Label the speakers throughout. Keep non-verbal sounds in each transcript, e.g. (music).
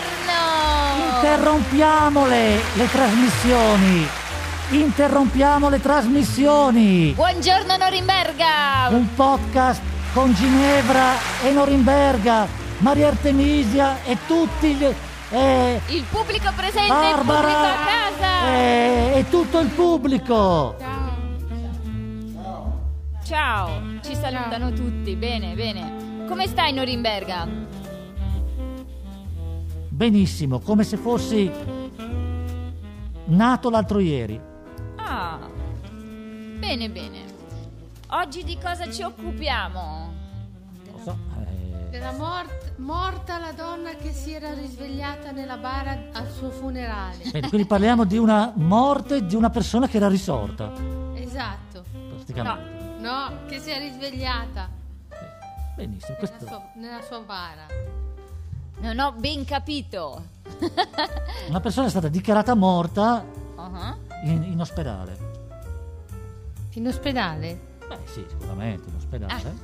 Speaker 1: Buongiorno!
Speaker 2: Interrompiamole le trasmissioni! Interrompiamo le trasmissioni!
Speaker 1: Buongiorno Norimberga!
Speaker 2: Un podcast con Ginevra e Norimberga, Maria Artemisia e tutti gli... e
Speaker 1: Il pubblico presente, il pubblico a
Speaker 2: Barbara eh,
Speaker 1: casa!
Speaker 2: e, e tutto il pubblico!
Speaker 1: Ciao! Ci salutano tutti, bene, bene. Come stai Norimberga?
Speaker 2: Benissimo, come se fossi nato l'altro ieri.
Speaker 1: Ah, bene, bene. Oggi di cosa ci occupiamo?
Speaker 2: Lo so, eh,
Speaker 3: Era mort- morta la donna che si era risvegliata nella bara al suo funerale.
Speaker 2: bene, quindi parliamo di una morte di una persona che era risorta,
Speaker 3: Esatto.
Speaker 2: praticamente.
Speaker 3: No, che si è risvegliata
Speaker 2: Benissimo,
Speaker 3: nella
Speaker 2: questo
Speaker 3: sua, nella sua bara.
Speaker 1: Non ho ben capito. (laughs)
Speaker 2: Una persona è stata dichiarata morta
Speaker 1: Ah,
Speaker 2: in, in ospedale.
Speaker 3: In ospedale?
Speaker 2: Beh, sì, sicuramente in ospedale.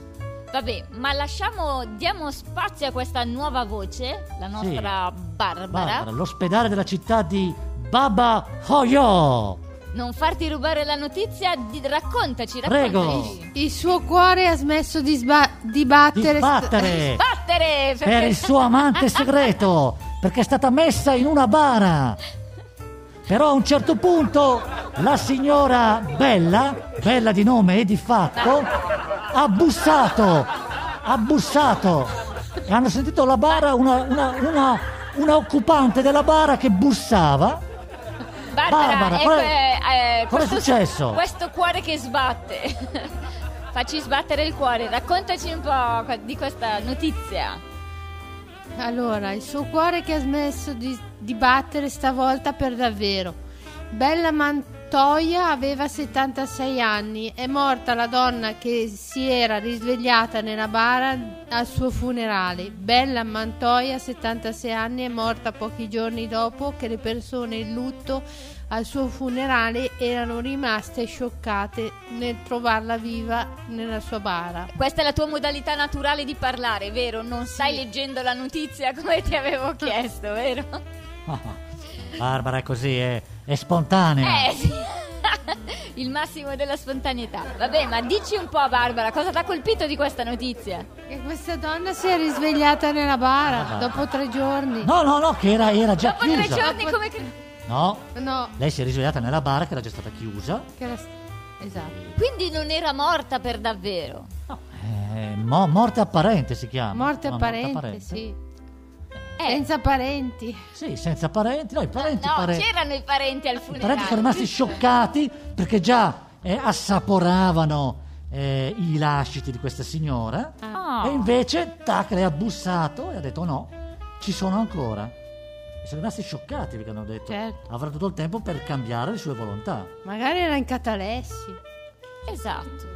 Speaker 1: Vabbè, ma lasciamo, diamo spazio a questa nuova voce, la nostra Barbara.
Speaker 2: Barbara, l'ospedale della città di Baba Hoyo.
Speaker 1: Non farti rubare la notizia, di- raccontaci,
Speaker 2: Prego.
Speaker 1: raccontaci.
Speaker 3: Il suo cuore ha smetsso di, sba- di battere.
Speaker 2: Di
Speaker 3: (laughs)
Speaker 2: battere
Speaker 1: Eh. Battere!
Speaker 2: per il suo amante segreto, perché è stata messa in una bara. Però a un certo punto la signora Bella, Bella di nome e di fatto, ha bussato, ha bussato. E hanno sentito la bara, una, una- una- una occupante della bara che bussava. (laughs)
Speaker 1: Barbara,
Speaker 2: Barbara,
Speaker 1: ecco,
Speaker 2: qual è-
Speaker 1: eh, eh,
Speaker 2: qual è
Speaker 1: questo-
Speaker 2: successo?
Speaker 1: Questo cuore che sbatte. (laughs) Facci sbattere il cuore, raccontaci un po' co- di questa notizia.
Speaker 3: Allora, il suo cuore che ha smesso di, di battere stavolta per davvero. Bella Mantoia aveva 76 anni, è morta la donna che si era risvegliata nella bara al suo funerale. Bella Mantoia, 76 anni, è morta pochi giorni dopo che le persone in lutto al suo funerale erano rimaste scioccate nel trovarla viva nella sua bara.
Speaker 1: Questa è la tua modalità naturale di parlare, vero? Non stai leggendo la notizia come ti
Speaker 2: (laughs)
Speaker 1: avevo chiesto, vero?
Speaker 2: Ah, Barbara è così, è, è spontanea.
Speaker 1: Eh sì. (laughs) Il massimo della spontaneità. Vabbè, ma dici un po', Barbara, cosa ti ha colpito di questa notizia?
Speaker 2: Cioè,
Speaker 3: E questa donna si è risvegliata nella bara dopo tre giorni.
Speaker 2: No, no, no, che era, era già
Speaker 1: Dopo tre
Speaker 2: chiusa.
Speaker 1: giorni come... cre-
Speaker 2: No,
Speaker 3: No,
Speaker 2: lei si è risvegliata nella bara che era già stata chiusa.
Speaker 3: che era s- esatto.
Speaker 1: Quindi non era morta per davvero.
Speaker 2: Eh, mo- morte apparente si chiama.
Speaker 3: Morte
Speaker 2: Una
Speaker 3: apparente, sì. Senza parenti.
Speaker 2: Sì, senza parenti. No, i parenti,
Speaker 1: No,
Speaker 2: pare-
Speaker 1: c'erano i parenti al
Speaker 2: i
Speaker 1: funerale.
Speaker 2: parenti sono rimasti scioccati perché già eh, assaporavano eh, i lasciti di questa signora.
Speaker 1: Ah.
Speaker 2: E invece, tac, lei ha bussato e ha detto "Oh, no, ci sono ancora. E sono rimasti scioccati perché hanno detto
Speaker 3: Certo.
Speaker 2: avrà tutto il tempo per cambiare le sue volontà.
Speaker 3: Magari era in catalessi.
Speaker 1: Esatto.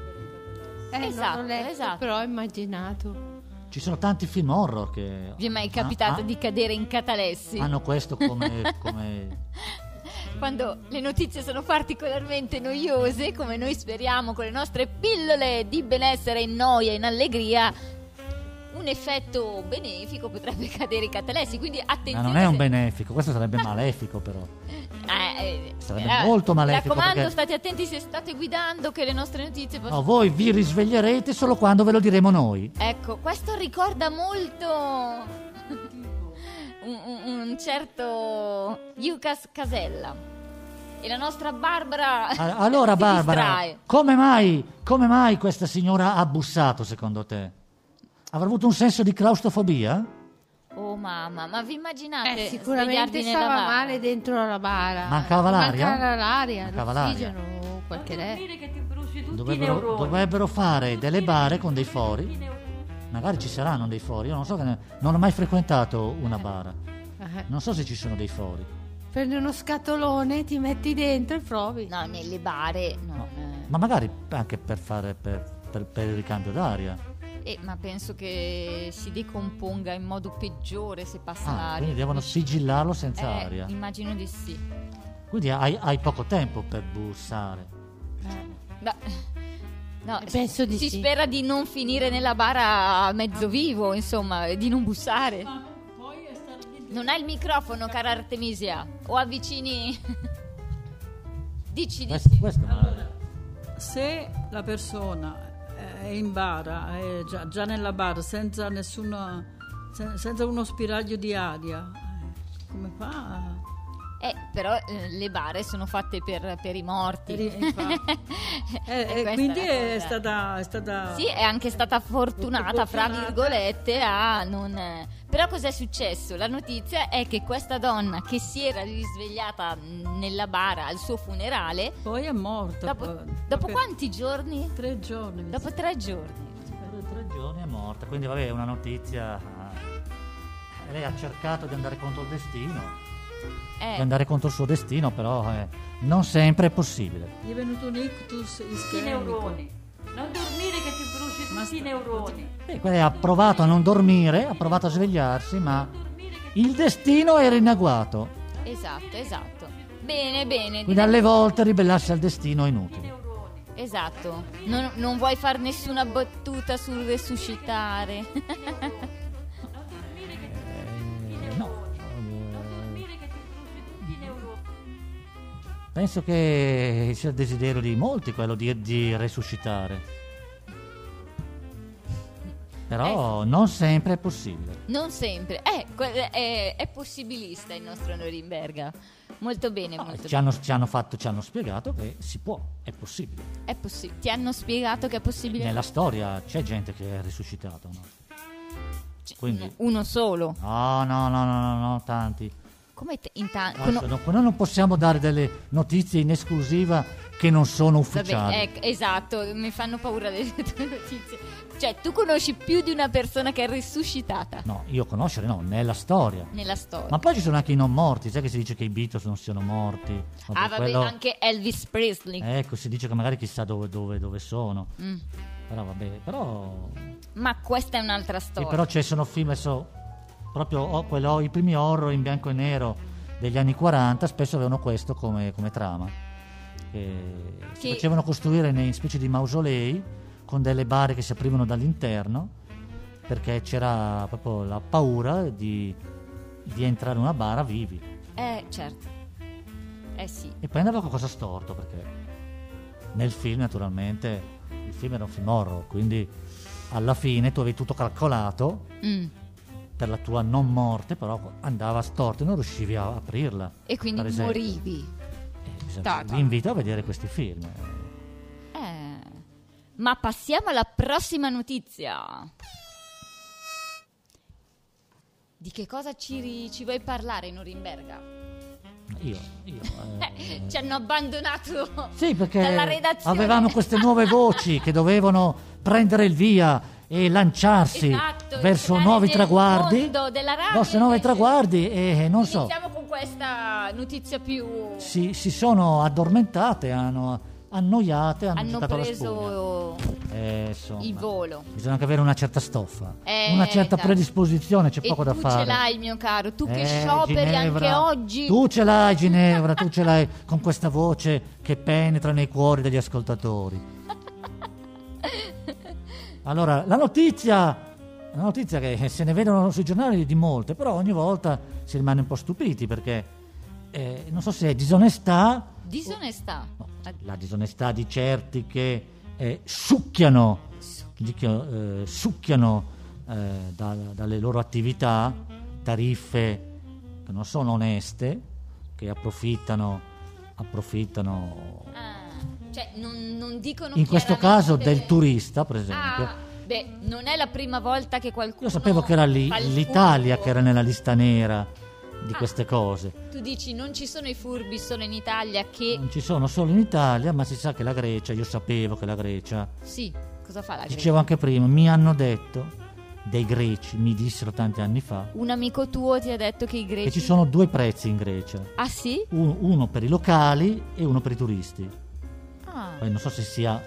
Speaker 3: Eh,
Speaker 1: Esatto,
Speaker 3: non l'ho letto,
Speaker 1: esatto.
Speaker 3: però ho immaginato.
Speaker 2: Ci sono tanti film horror che...
Speaker 1: Vi è mai capitato
Speaker 2: ah,
Speaker 1: di cadere in catalessi?
Speaker 2: Hanno questo come- come
Speaker 1: Quando le notizie sono particolarmente noiose, come noi speriamo con le nostre pillole di benessere in noia e in allegria, un effetto benefico potrebbe (laughs) cadere in catalessi. Quindi
Speaker 2: Ma
Speaker 1: (laughs) attenzione.
Speaker 2: non è un
Speaker 1: se-
Speaker 2: benefico, questo sarebbe malefico però.
Speaker 1: Eh, eh,
Speaker 2: Sarebbe molto malefico,
Speaker 1: Mi raccomando,
Speaker 2: perché-
Speaker 1: state attenti se state guidando che le nostre notizie possono
Speaker 2: No, voi vi risveglierete solo quando ve lo
Speaker 1: (laughs)
Speaker 2: diremo noi.
Speaker 1: Ecco, questo ricorda molto (laughs) un, un- un certo Lucas Casella. E la nostra Barbara.
Speaker 2: A- Ah, Allora
Speaker 1: (laughs) si
Speaker 2: Barbara,
Speaker 1: distrae.
Speaker 2: come mai, come mai questa signora ha bussato secondo te? Avrà avuto un senso di claustrofobia?
Speaker 1: Oh mamma, ma vi immaginate?
Speaker 3: Eh, sicuramente
Speaker 1: Ah, svegliarvi nella
Speaker 3: stava
Speaker 1: bara?
Speaker 3: male dentro la bara.
Speaker 2: Mancava l'aria?
Speaker 3: Mancava l'aria,
Speaker 2: Mancava
Speaker 3: l'ossigeno, qualche lei.
Speaker 4: dire che ti bruci tutti i
Speaker 2: Dovrebbero,
Speaker 4: neuroni.
Speaker 2: dovrebbero fare delle bare con dei fori. Magari ci saranno dei fori, io non so, che ne- non ho mai frequentato una bara.
Speaker 3: Eh,
Speaker 2: Non so se ci sono dei fori.
Speaker 3: Prendi uno scatolone, ti metti dentro e provi.
Speaker 1: No, nelle bare. eh.
Speaker 2: No.
Speaker 1: non-
Speaker 2: Ma magari anche per fare per- per- per il ricambio d'aria.
Speaker 1: eh, ma penso che si decomponga in modo peggiore se passa
Speaker 2: Ah,
Speaker 1: l'aria.
Speaker 2: quindi devono sigillarlo
Speaker 1: Eh,
Speaker 2: senza aria.
Speaker 1: Immagino di sì.
Speaker 2: Quindi hai, hai poco tempo per bussare.
Speaker 1: Da- No,
Speaker 4: Eh,
Speaker 3: Penso di
Speaker 1: si
Speaker 3: sì.
Speaker 1: spera di non finire nella bara a mezzo vivo, insomma, e di non bussare.
Speaker 4: Ma poi è stare lì
Speaker 1: Non hai il microfono, cara Artemisia. O avvicini. (laughs) Dici di
Speaker 2: Questo,
Speaker 1: sì.
Speaker 2: questo-
Speaker 4: Se la persona è in bara, è già, già nella bara, senza, nessuna, sen- senza uno spiraglio di aria, eh, come fa?
Speaker 1: Eh, però eh, le bare sono fatte per, per i morti.
Speaker 4: Per
Speaker 1: (laughs)
Speaker 4: i- infatti. Eh,
Speaker 1: E
Speaker 4: eh,
Speaker 1: questa
Speaker 4: quindi
Speaker 1: la
Speaker 4: è
Speaker 1: cosa.
Speaker 4: stata, è stata-
Speaker 1: Sì, è anche stata fortunata, fra
Speaker 4: Fortunata.
Speaker 1: virgolette, a non... Però cos'è successo? La notizia è che questa donna che si era risvegliata nella bara al suo funerale,
Speaker 4: poi è morta.
Speaker 1: dopo,
Speaker 4: poi.
Speaker 1: dopo
Speaker 4: Perché-
Speaker 1: quanti giorni?
Speaker 4: Tre giorni. mi
Speaker 1: Dopo tre giorni.
Speaker 2: Per tre giorni è morta, quindi vabbè, è una notizia. eh, Lei ha cercato di andare contro il destino, di
Speaker 1: Eh,
Speaker 2: andare contro il suo destino, però eh, non sempre è possibile.
Speaker 4: Gli è venuto un ictus ischemico.
Speaker 5: i neuroni. Non dormire che ti bruci tutti
Speaker 4: Ma
Speaker 5: i
Speaker 4: sta-
Speaker 5: neuroni.
Speaker 2: E quindi ha provato a non dormire, ha provato a svegliarsi, ma il destino era inaguato.
Speaker 1: esatto, esatto. Bene, bene.
Speaker 2: Quindi alle volte ribellarsi al destino è inutile.
Speaker 1: Esatto. Non, non vuoi far nessuna battuta sul resuscitare. (laughs)
Speaker 2: Eh, no. Eh, Penso che sia il desiderio di molti quello di, di resuscitare.
Speaker 1: Eh
Speaker 2: Però non sempre è possibile.
Speaker 1: non sempre. Eh, que- è, è possibilista il nostro Norimberga. Molto bene,
Speaker 2: Ah,
Speaker 1: molto
Speaker 2: Ci hanno, ci hanno fatto, ci hanno spiegato che si può, è possibile.
Speaker 1: bene. È possi- ti hanno spiegato che è possibile.
Speaker 2: Nella storia c'è gente che è risuscitata. No?
Speaker 1: C-
Speaker 2: quindi-
Speaker 1: no, Uno solo.
Speaker 2: No, no, no, no, no, no, tanti.
Speaker 1: Come t- in ta-
Speaker 2: No,
Speaker 1: Eh, con-
Speaker 2: no, Noi non possiamo dare delle notizie in esclusiva che non sono
Speaker 1: Vabbè,
Speaker 2: ufficiali.
Speaker 1: ecco, esatto, mi fanno paura le (laughs) tue notizie. Cioè, tu conosci più di una persona che è risuscitata
Speaker 2: No, io conoscere no, nella storia.
Speaker 1: nella storia.
Speaker 2: Ma poi ci sono anche i non morti, sai che si dice che i Beatles non siano morti.
Speaker 1: ah, vabbè,
Speaker 2: quello-
Speaker 1: anche Elvis Presley.
Speaker 2: Ecco, si dice che magari chissà dove, dove- dove sono.
Speaker 1: Mm.
Speaker 2: Però vabbè, però...
Speaker 1: Ma questa è un'altra
Speaker 2: Sì,
Speaker 1: storia.
Speaker 2: però ci sono film, adesso, proprio ho- quello- i primi horror in bianco e nero degli anni 40 spesso avevano questo come, come trama. Che si
Speaker 1: Che-
Speaker 2: facevano costruire nei specie di mausolei con delle bare che si aprivano dall'interno perché c'era proprio la paura di, di entrare in una bara vivi.
Speaker 1: Eh, certo. Eh sì.
Speaker 2: E poi andava qualcosa storto perché nel film naturalmente il film era un film horror, quindi alla fine tu avevi tutto calcolato
Speaker 1: Mm.
Speaker 2: per la tua non morte, però andava storto e non riuscivi a aprirla.
Speaker 1: E quindi
Speaker 2: per esempio.
Speaker 1: morivi.
Speaker 2: Eh, bisogna-
Speaker 1: Ta- ta.
Speaker 2: Vi invito a vedere questi film. Eh,
Speaker 1: Eh. Ma passiamo alla prossima notizia. Di che cosa ci, ri- ci vuoi parlare, Norimberga?
Speaker 2: Io, io,
Speaker 1: (laughs)
Speaker 2: eh,
Speaker 1: Ci hanno abbandonato
Speaker 2: Sì, perché
Speaker 1: dalla redazione.
Speaker 2: avevamo queste nuove voci che dovevano prendere il via e lanciarsi
Speaker 1: Esatto,
Speaker 2: verso
Speaker 1: entrare
Speaker 2: nuovi
Speaker 1: nel
Speaker 2: traguardi.
Speaker 1: mondo della radio,
Speaker 2: verso nuovi
Speaker 1: invece.
Speaker 2: traguardi e non so.
Speaker 1: Iniziamo con questa notizia più...
Speaker 2: si, si sono addormentate, hanno annoiate, hanno,
Speaker 1: hanno
Speaker 2: gettato la
Speaker 1: preso
Speaker 2: spugna. Eh, insomma,
Speaker 1: il volo.
Speaker 2: Bisogna anche avere una certa stoffa,
Speaker 1: Eh,
Speaker 2: una certa
Speaker 1: dai.
Speaker 2: predisposizione, c'è
Speaker 1: e
Speaker 2: poco da
Speaker 1: tu
Speaker 2: fare.
Speaker 1: ce l'hai, mio caro, tu che
Speaker 2: Eh,
Speaker 1: scioperi anche
Speaker 2: Ginevra,
Speaker 1: oggi. (laughs)
Speaker 2: Tu ce l'hai, Ginevra, tu ce l'hai con questa voce che penetra nei cuori degli ascoltatori. Allora, la notizia, la notizia che se ne vedono sui giornali di molte, però ogni volta si rimane un po' stupiti perché eh, non so se è disonestà
Speaker 1: Disonestà.
Speaker 2: No, la disonestà di certi che eh, succhiano, di chi- eh, succhiano eh, da- dalle loro attività tariffe che non sono oneste, che approfittano, approfittano
Speaker 1: Ah, cioè, non, non dicono
Speaker 2: in questo caso del
Speaker 1: turismo
Speaker 2: turista, per esempio.
Speaker 1: Ah, beh, non è la prima volta che qualcuno.
Speaker 2: Io sapevo che era lì-
Speaker 1: fa il
Speaker 2: l'Italia
Speaker 1: furbo.
Speaker 2: che era nella lista nera di
Speaker 1: Ah.
Speaker 2: queste cose.
Speaker 1: Tu dici non ci sono i furbi solo in Italia che.
Speaker 2: Non ci sono solo in Italia, ma si sa che la Grecia, io sapevo che la Grecia
Speaker 1: Sì, cosa fa la Grecia?
Speaker 2: Dicevo anche prima, mi hanno detto dei greci, mi dissero tanti anni fa,
Speaker 1: Un amico tuo ti ha detto che i greci.
Speaker 2: che ci sono due prezzi in Grecia,
Speaker 1: Ah sì?
Speaker 2: uno, uno per i locali e uno per i turisti.
Speaker 1: Ah.
Speaker 2: Poi non so se sia,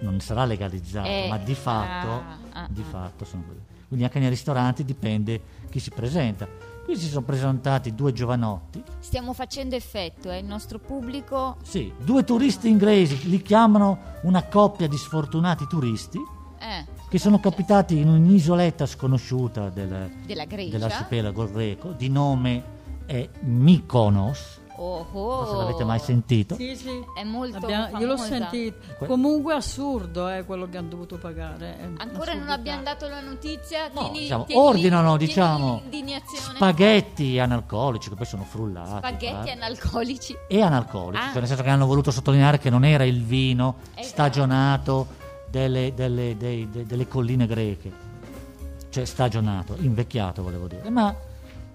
Speaker 2: non sarà legalizzato,
Speaker 1: Eh,
Speaker 2: ma di fatto,
Speaker 1: ah, ah,
Speaker 2: di
Speaker 1: ah.
Speaker 2: fatto sono quelli. Quindi anche nei ristoranti dipende chi si presenta. Qui si sono presentati due giovanotti,
Speaker 1: Stiamo facendo effetto, eh? il nostro pubblico.
Speaker 2: sì, due turisti inglesi, li chiamano una coppia di sfortunati turisti,
Speaker 1: Eh.
Speaker 2: che sono capitati in un'isoletta sconosciuta del,
Speaker 1: Della Grecia.
Speaker 2: dell'arcipelago greco di nome eh, Mykonos,
Speaker 1: Oh,
Speaker 2: non so se
Speaker 1: oh.
Speaker 2: l'avete mai sentito.
Speaker 4: Sì, sì.
Speaker 1: È molto
Speaker 4: io l'ho
Speaker 1: famosa.
Speaker 4: sentito.
Speaker 2: Que-
Speaker 4: Comunque assurdo è quello che hanno dovuto pagare. eh, è
Speaker 1: Ancora non
Speaker 4: assurdità.
Speaker 1: abbiamo dato la notizia.
Speaker 2: No,
Speaker 1: Tieni-
Speaker 2: diciamo,
Speaker 1: tieni-
Speaker 2: ordinano
Speaker 1: tieni
Speaker 2: diciamo
Speaker 1: l'indignazione.
Speaker 2: spaghetti analcolici che poi sono frullati eh.
Speaker 1: Spaghetti
Speaker 2: guarda.
Speaker 1: analcolici.
Speaker 2: e analcolici,
Speaker 1: Ah.
Speaker 2: cioè nel senso che hanno voluto sottolineare che non era il vino
Speaker 1: Esatto.
Speaker 2: stagionato delle, delle- dei- de- delle colline greche, cioè stagionato, invecchiato volevo dire, ma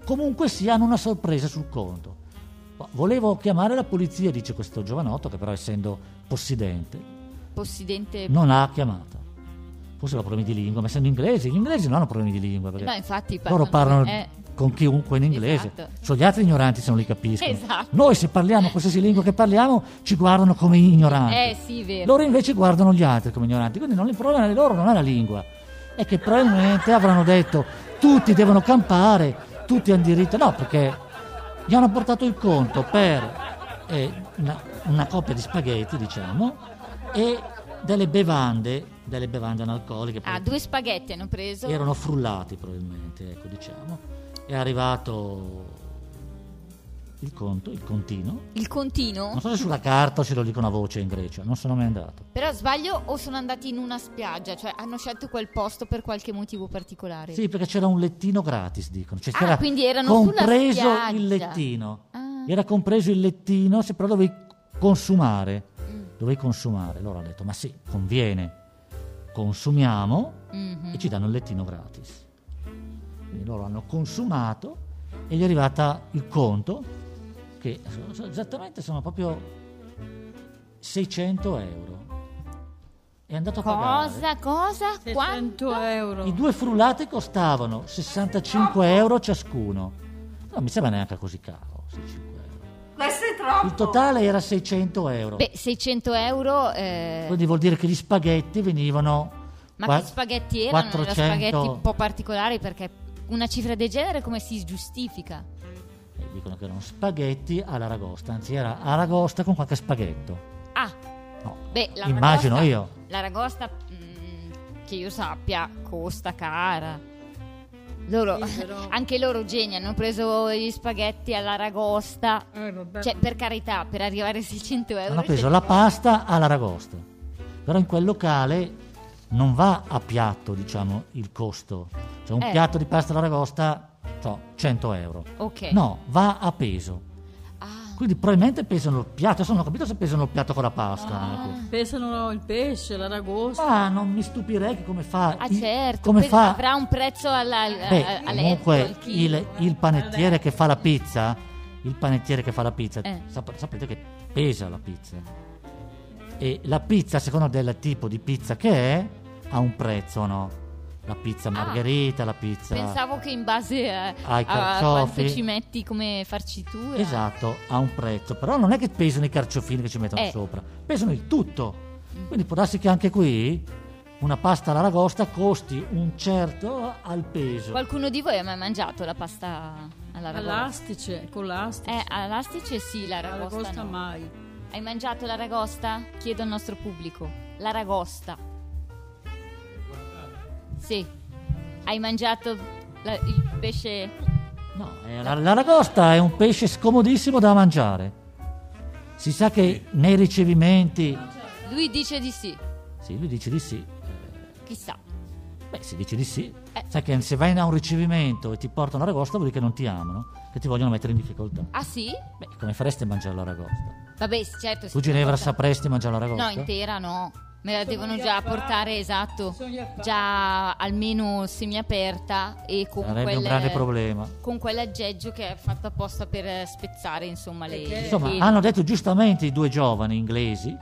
Speaker 2: comunque si hanno una sorpresa sul conto. Ma Volevo chiamare la polizia, dice questo giovanotto, che però essendo possidente
Speaker 1: Possidente.
Speaker 2: non ha chiamata. Forse aveva problemi di lingua, ma essendo inglesi, gli inglesi non hanno problemi di lingua. perché
Speaker 1: No, infatti.
Speaker 2: loro parlano
Speaker 1: eh,
Speaker 2: con chiunque in inglese,
Speaker 1: Esatto.
Speaker 2: Cioè, gli altri ignoranti se non li capiscono.
Speaker 1: Esatto.
Speaker 2: Noi se parliamo qualsiasi lingua che parliamo ci guardano come ignoranti.
Speaker 1: eh, sì, vero.
Speaker 2: Loro invece guardano gli altri come ignoranti, quindi non, il problema di loro non è la lingua, è che probabilmente avranno detto tutti devono campare, tutti hanno diritto, no perché gli hanno portato il conto per eh, una, una coppia di spaghetti diciamo e delle bevande, delle bevande analcoliche.
Speaker 1: Ah, due spaghetti hanno preso.
Speaker 2: Erano frullati probabilmente, ecco diciamo. È arrivato il conto, il contino.
Speaker 1: Il
Speaker 2: Non
Speaker 1: continuo.
Speaker 2: so se sulla carta o se lo dicono a voce in Grecia, non sono mai andato.
Speaker 1: Però sbaglio o sono andati in una spiaggia, cioè hanno scelto quel posto per qualche motivo particolare.
Speaker 2: Sì, perché c'era un lettino gratis, dicono. Cioè,
Speaker 1: Ah,
Speaker 2: c'era
Speaker 1: quindi erano
Speaker 2: compreso
Speaker 1: sulla spiaggia.
Speaker 2: il lettino.
Speaker 1: Ah.
Speaker 2: Era compreso il lettino, se però dovevi consumare.
Speaker 1: Mm.
Speaker 2: Dovevi consumare. Loro hanno detto, ma sì, conviene. Consumiamo.
Speaker 1: Mhm.
Speaker 2: e ci danno il lettino gratis. Quindi loro hanno consumato e gli è arrivata il conto che so- so- esattamente sono proprio 600 euro. È andato a pagare.
Speaker 1: Cosa? Cosa? Quanto?
Speaker 4: 600 euro.
Speaker 2: I due frullati costavano 65 euro ciascuno. Non mi sembra neanche così caro, 65 euro.
Speaker 5: Questo è troppo.
Speaker 2: Il totale era 600 euro.
Speaker 1: Beh, 600 euro. eh,
Speaker 2: Quindi vuol dire che gli spaghetti venivano...
Speaker 1: Ma
Speaker 2: qua-
Speaker 1: che spaghetti erano? Erano
Speaker 2: 400
Speaker 1: spaghetti un po' particolari perché una cifra del genere come si giustifica?
Speaker 2: Eh, dicono che erano spaghetti all'aragosta, anzi era aragosta con qualche spaghetto.
Speaker 1: Ah,
Speaker 2: No,
Speaker 1: beh, la
Speaker 2: immagino
Speaker 1: ragosta-
Speaker 2: io.
Speaker 1: La ragosta, mm, che io sappia, costa cara. Loro,
Speaker 4: Sì, però-
Speaker 1: (laughs) anche loro geni hanno preso gli spaghetti alla ragosta.
Speaker 4: Eh, vabbè.
Speaker 1: Cioè, per carità, per arrivare a 600 euro.
Speaker 2: Hanno preso
Speaker 1: cioè-
Speaker 2: la pasta all'aragosta. Però in quel locale non va a piatto, diciamo, il costo. Cioè un
Speaker 1: Eh.
Speaker 2: piatto di pasta all'aragosta, so, 100 euro.
Speaker 1: Ok.
Speaker 2: No, va a peso.
Speaker 1: Ah,
Speaker 2: Quindi probabilmente pesano il piatto, adesso non ho capito se pesano il piatto con la pasta.
Speaker 1: Ah.
Speaker 2: anche.
Speaker 4: Pesano il pesce, l'aragosta.
Speaker 2: Ma non mi stupirei che come fa...
Speaker 1: ah,
Speaker 2: il-
Speaker 1: certo.
Speaker 2: Come
Speaker 1: pe-
Speaker 2: fa...
Speaker 1: Avrà un prezzo alla, alla-
Speaker 2: Beh,
Speaker 1: all'etto,
Speaker 2: comunque
Speaker 1: al chilo.
Speaker 2: il, il panettiere che fa la pizza, il panettiere che fa la pizza,
Speaker 1: Eh.
Speaker 2: sap- sapete che pesa la pizza. E la pizza, a seconda del tipo di pizza che è, ha un prezzo, no? La pizza margherita, la pizza...
Speaker 1: Ah, Pensavo che in base a,
Speaker 2: Ai
Speaker 1: a
Speaker 2: carciofi.
Speaker 1: quanto ci metti come farcitura.
Speaker 2: Esatto, ha un prezzo, però non è che pesano i carciofini che ci mettono
Speaker 1: Eh. Mm.
Speaker 2: sopra, pesano il tutto. Quindi può darsi che anche qui una pasta all'aragosta costi un certo al peso.
Speaker 1: Qualcuno di voi ha mai mangiato la pasta alla ragosta?
Speaker 4: All'astice, con l'astice.
Speaker 1: Eh, all'astice sì, la ragosta
Speaker 4: L'aragosta
Speaker 1: no.
Speaker 4: mai.
Speaker 1: Hai mangiato la ragosta? Chiedo al nostro pubblico. La ragosta. Sì. Hai mangiato la- il pesce...
Speaker 2: No, eh, la- l'aragosta è un pesce scomodissimo da mangiare. Si sa che nei ricevimenti...
Speaker 1: Lui dice di sì.
Speaker 2: Sì, lui dice di sì.
Speaker 1: Chissà.
Speaker 2: Beh, si dice di sì.
Speaker 1: Eh.
Speaker 2: Sai che se vai a un ricevimento e ti portano l'aragosta vuol dire che non ti amano, che ti vogliono mettere in difficoltà.
Speaker 1: Ah sì?
Speaker 2: Beh, come faresti a mangiare l'aragosta?
Speaker 1: Vabbè, sì, certo.
Speaker 2: Tu
Speaker 1: sì,
Speaker 2: Ginevra
Speaker 1: porta-
Speaker 2: sapresti mangiare l'aragosta?
Speaker 1: No, intera no. Me la devono
Speaker 4: gli
Speaker 1: già
Speaker 4: affari,
Speaker 1: portare, esatto.
Speaker 4: sono gli affari.
Speaker 1: Già almeno semiaperta e con
Speaker 2: Sarebbe
Speaker 1: quel...
Speaker 2: un grande problema.
Speaker 1: con quell'aggeggio che è fatto apposta per eh, spezzare insomma le
Speaker 4: Perché-
Speaker 2: Insomma,
Speaker 1: le-
Speaker 2: hanno detto giustamente i due giovani inglesi,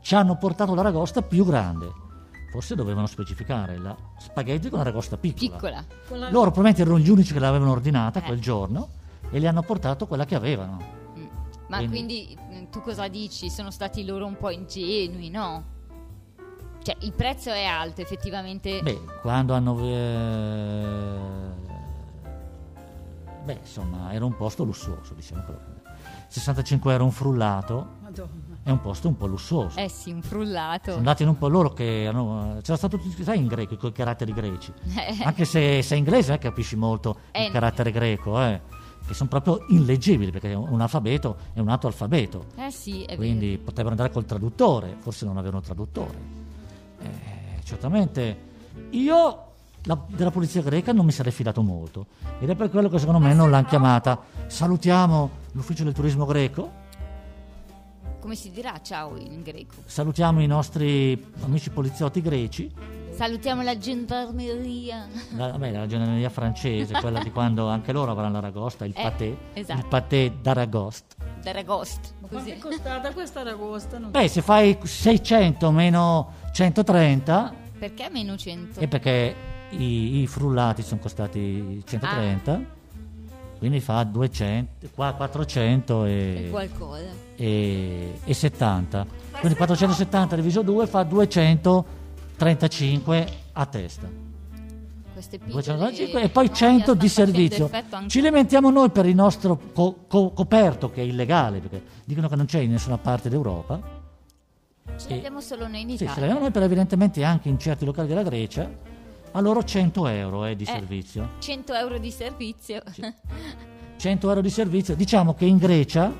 Speaker 2: ci hanno portato l'aragosta più grande. Forse dovevano specificare la spaghetti con l'aragosta
Speaker 1: piccola
Speaker 4: Con la-
Speaker 2: Loro probabilmente erano gli unici che l'avevano ordinata
Speaker 1: Eh.
Speaker 2: quel giorno e le hanno portato quella che avevano.
Speaker 1: Mm. ma
Speaker 2: Quindi-
Speaker 1: quindi, mm, tu cosa dici sono stati loro un po' ingenui no? cioè il prezzo è alto effettivamente
Speaker 2: Beh, quando hanno... eh, Beh, insomma, era un posto lussuoso, diciamo. quello che- 65 euro un frullato,
Speaker 4: Madonna.
Speaker 2: è un posto un po' lussuoso.
Speaker 1: Eh sì, un
Speaker 2: Sono
Speaker 1: frullato.
Speaker 2: andati in un po' loro che hanno. C'era stato tutto, sai, in greco, con i caratteri
Speaker 1: (laughs)
Speaker 2: greci. Anche se sei inglese eh, capisci molto
Speaker 1: Eh.
Speaker 2: il carattere greco, eh, che sono proprio illeggibili perché un alfabeto è un altro alfabeto.
Speaker 1: Eh sì, è
Speaker 2: Quindi
Speaker 1: vero.
Speaker 2: potrebbero andare col traduttore, forse non avevano traduttore. Eh, certamente io la- della polizia greca non mi sarei fidato molto ed è per quello che secondo me non l'hanno chiamata. Salutiamo l'ufficio del turismo greco,
Speaker 1: Come si dirà ciao in greco?
Speaker 2: salutiamo i nostri amici poliziotti greci,
Speaker 1: Salutiamo la gendarmeria. (laughs)
Speaker 2: la, vabbè, la generalia francese, quella di quando anche loro avranno l'aragosta, il
Speaker 1: Eh,
Speaker 2: patè,
Speaker 1: esatto.
Speaker 2: il patè d'aragost.
Speaker 1: D'Aragost.
Speaker 4: Quanto
Speaker 1: Così.
Speaker 4: è costata questa ragosta? Non
Speaker 2: Beh, se fai 600 meno 130
Speaker 1: Perché meno 100?
Speaker 2: E perché i, i frullati sono costati 130,
Speaker 1: Ah.
Speaker 2: quindi fa 200, qua 400
Speaker 1: E
Speaker 2: e,
Speaker 1: qualcosa.
Speaker 2: e- e 70. Quindi 470 diviso 2 fa 235 a testa.
Speaker 1: Queste piccole
Speaker 2: 235 e poi
Speaker 1: noia
Speaker 2: 100
Speaker 1: stanno
Speaker 2: di
Speaker 1: facendo
Speaker 2: servizio.
Speaker 1: effetto anche-
Speaker 2: Ci lamentiamo noi per il nostro co- co- coperto che è illegale, perché dicono che non c'è in nessuna parte d'Europa.
Speaker 1: Ce
Speaker 2: e-
Speaker 1: l'abbiamo solo noi in
Speaker 2: Sì,
Speaker 1: Italia.
Speaker 2: ce l'abbiamo noi, però evidentemente anche in certi locali della Grecia, a loro 100 euro eh, di servizio.
Speaker 1: 100 euro di servizio.
Speaker 2: 100 euro di servizio. Diciamo che in Grecia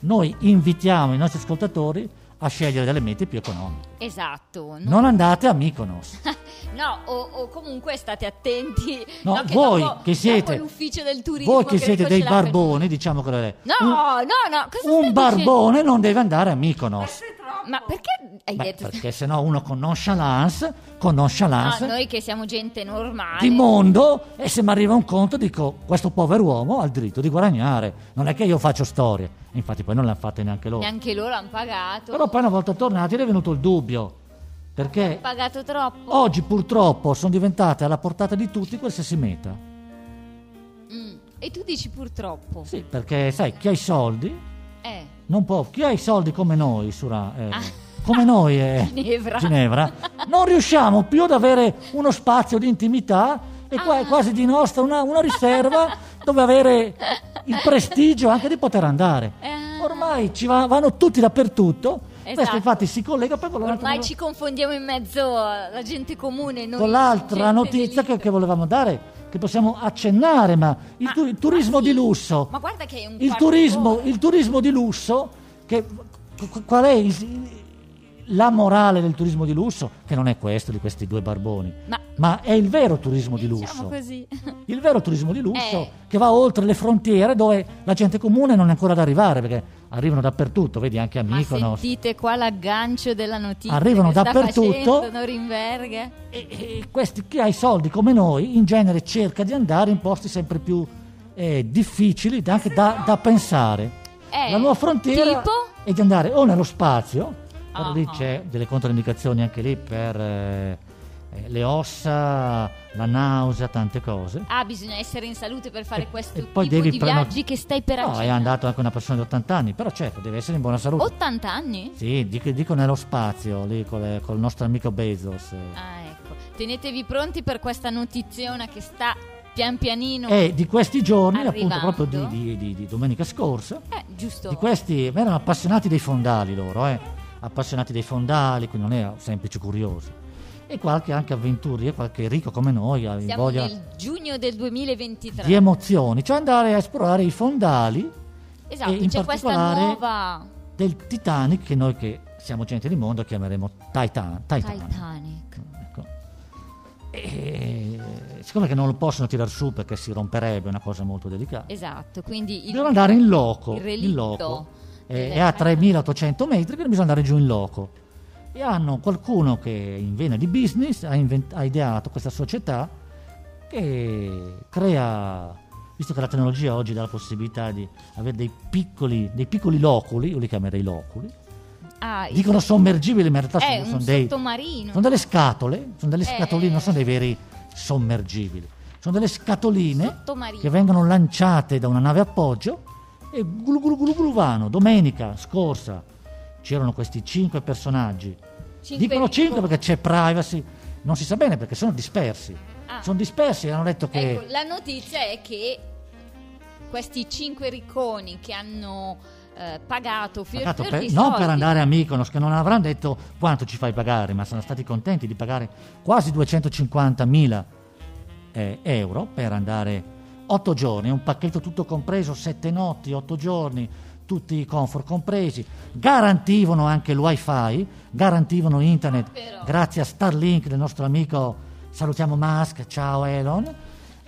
Speaker 2: noi invitiamo i nostri ascoltatori a scegliere delle mete più economiche.
Speaker 1: (laughs) esatto. No,
Speaker 2: Non andate a Mykonos.
Speaker 1: (laughs) no, o, o comunque state attenti.
Speaker 2: No,
Speaker 1: che
Speaker 2: voi
Speaker 1: dopo-
Speaker 2: che siete
Speaker 1: dopo l'ufficio del turismo.
Speaker 2: Voi che siete dei
Speaker 1: ce l'ha per-
Speaker 2: barboni, diciamo che è.
Speaker 1: No,
Speaker 2: un,
Speaker 1: no, no. Cosa
Speaker 2: un
Speaker 1: stai
Speaker 2: barbone non deve andare a Mykonos.
Speaker 1: dicendo? Ma perché hai
Speaker 2: Beh,
Speaker 1: detto...
Speaker 2: perché sennò uno con nonchalance, con
Speaker 1: No,
Speaker 2: nonchalance
Speaker 1: noi che siamo gente normale.
Speaker 2: di mondo e se mi arriva un conto dico questo povero uomo ha il diritto di guadagnare. Non è che io faccio storie. Infatti poi non le hanno fatte neanche loro.
Speaker 1: Neanche loro hanno pagato.
Speaker 2: Però poi una volta tornati è venuto il dubbio. Perché
Speaker 1: Hanno pagato troppo.
Speaker 2: Oggi purtroppo sono diventate alla portata di tutti qualsiasi meta.
Speaker 1: Mm. E tu dici purtroppo.
Speaker 2: Sì, perché sai, chi ha i soldi
Speaker 1: Eh.
Speaker 2: non può, chi ha i soldi come noi, Sura, eh, come noi eh,
Speaker 1: Ah. (laughs) Ginevra.
Speaker 2: Ginevra, non riusciamo più ad avere uno spazio di intimità e qua
Speaker 1: Ah.
Speaker 2: è quasi di nostra una,
Speaker 1: (laughs)
Speaker 2: una riserva dove avere il prestigio anche di poter andare.
Speaker 1: Ah.
Speaker 2: Ormai ci va- vanno tutti dappertutto,
Speaker 1: Esatto.
Speaker 2: questo infatti si collega poi con l'altro-
Speaker 1: Ormai ci confondiamo in mezzo alla gente comune. noi
Speaker 2: con l'altra
Speaker 1: gente
Speaker 2: notizia che,
Speaker 1: d'elite.
Speaker 2: che volevamo dare, che possiamo accennare, ma il, tu- il turismo di lusso,
Speaker 1: Ma guarda che è un
Speaker 2: il
Speaker 1: partitore.
Speaker 2: turismo, il turismo di lusso, che, qu- qual è il- la morale del turismo di lusso? Che non è questo di questi due barboni,
Speaker 1: Ma
Speaker 2: ma è il vero turismo di
Speaker 1: diciamo
Speaker 2: lusso,
Speaker 1: così.
Speaker 2: il vero turismo di lusso
Speaker 1: Eh.
Speaker 2: che va oltre le frontiere dove la gente comune non è ancora ad arrivare, perché arrivano dappertutto, vedi anche a
Speaker 1: Ma
Speaker 2: Mykonos.
Speaker 1: sentite qua l'aggancio della notizia.
Speaker 2: Arrivano
Speaker 1: che sta
Speaker 2: dappertutto.
Speaker 1: facendo Norimberga.
Speaker 2: E, e questi chi ha i soldi come noi in genere cerca di andare in posti sempre più eh, difficili da- anche da, da pensare.
Speaker 1: Eh,
Speaker 2: La nuova frontiera
Speaker 1: tipo?
Speaker 2: è di andare o nello spazio,
Speaker 1: Ah,
Speaker 2: allora lì
Speaker 1: ah.
Speaker 2: c'è delle controindicazioni anche lì per eh, eh, le ossa, la nausea, tante cose.
Speaker 1: Ah, bisogna essere in salute per fare questo
Speaker 2: e poi
Speaker 1: tipo
Speaker 2: devi
Speaker 1: di
Speaker 2: prenot-
Speaker 1: viaggi che stai per
Speaker 2: No, è
Speaker 1: accennare.
Speaker 2: andato anche una persona di 80 anni, però certo, deve essere in buona salute.
Speaker 1: 80 anni?
Speaker 2: Sì, dico, dico nello spazio, lì con, le- col nostro amico Bezos. eh.
Speaker 1: Ah, ecco. Tenetevi pronti per questa notiziona che sta pian pianino.
Speaker 2: E di questi giorni,
Speaker 1: Arrivando.
Speaker 2: appunto proprio di, di- di- di domenica scorsa,
Speaker 1: Eh, giusto.
Speaker 2: di questi ma erano appassionati dei fondali loro, eh? appassionati dei fondali, quindi non erano semplici curiosi. E qualche anche avventuriero, qualche ricco come noi, ha
Speaker 1: Siamo
Speaker 2: voglia
Speaker 1: nel giugno del 2023.
Speaker 2: di emozioni, cioè andare a esplorare i fondali
Speaker 1: esatto,
Speaker 2: e in
Speaker 1: c'è questa
Speaker 2: particolare-
Speaker 1: nuova
Speaker 2: del Titanic che noi che siamo gente di mondo chiameremo Titan. Titanic.
Speaker 1: Titanic.
Speaker 2: Ecco. E, siccome che non lo possono tirar su perché si romperebbe, è una cosa molto delicata.
Speaker 1: Esatto, quindi il-
Speaker 2: Bisogna andare in loco.
Speaker 1: il relitto
Speaker 2: In loco. Eh,
Speaker 1: del-
Speaker 2: è a 3800 metri, quindi bisogna andare giù in loco. E hanno qualcuno che in vena di business ha, invent- ha ideato questa società che crea, visto che la tecnologia oggi dà la possibilità di avere dei piccoli, dei piccoli loculi, io li chiamerei loculi,
Speaker 1: Ah, il-
Speaker 2: dicono sommergibili, ma in realtà
Speaker 1: è
Speaker 2: sono,
Speaker 1: un
Speaker 2: sono dei,
Speaker 1: sottomarino.
Speaker 2: sono delle scatole, sono delle
Speaker 1: Eh,
Speaker 2: scatoline, non sono
Speaker 1: eh.
Speaker 2: dei veri sommergibili, sono delle scatoline
Speaker 1: Sottomarino.
Speaker 2: che vengono lanciate da una nave appoggio e glu glu glu glu vanno. Domenica scorsa c'erano questi cinque personaggi.
Speaker 1: Cinque
Speaker 2: Dicono
Speaker 1: ricchi.
Speaker 2: cinque perché c'è privacy, non si sa bene perché sono dispersi.
Speaker 1: Ah.
Speaker 2: Sono dispersi e hanno detto che...
Speaker 1: Ecco, la notizia è che questi cinque ricconi che hanno eh, pagato fior
Speaker 2: Pagato
Speaker 1: fior
Speaker 2: per-
Speaker 1: di
Speaker 2: non
Speaker 1: soldi.
Speaker 2: per andare a Mykonos, che non avranno detto quanto ci fai pagare, ma sono stati contenti di pagare quasi 250.000 eh, euro per andare 8 giorni, un pacchetto tutto compreso, 7 notti, 8 giorni, tutti i comfort compresi. Garantivano anche il wifi, garantivano internet,
Speaker 1: Ah, Però.
Speaker 2: grazie a Starlink del nostro amico, salutiamo Musk, ciao Elon.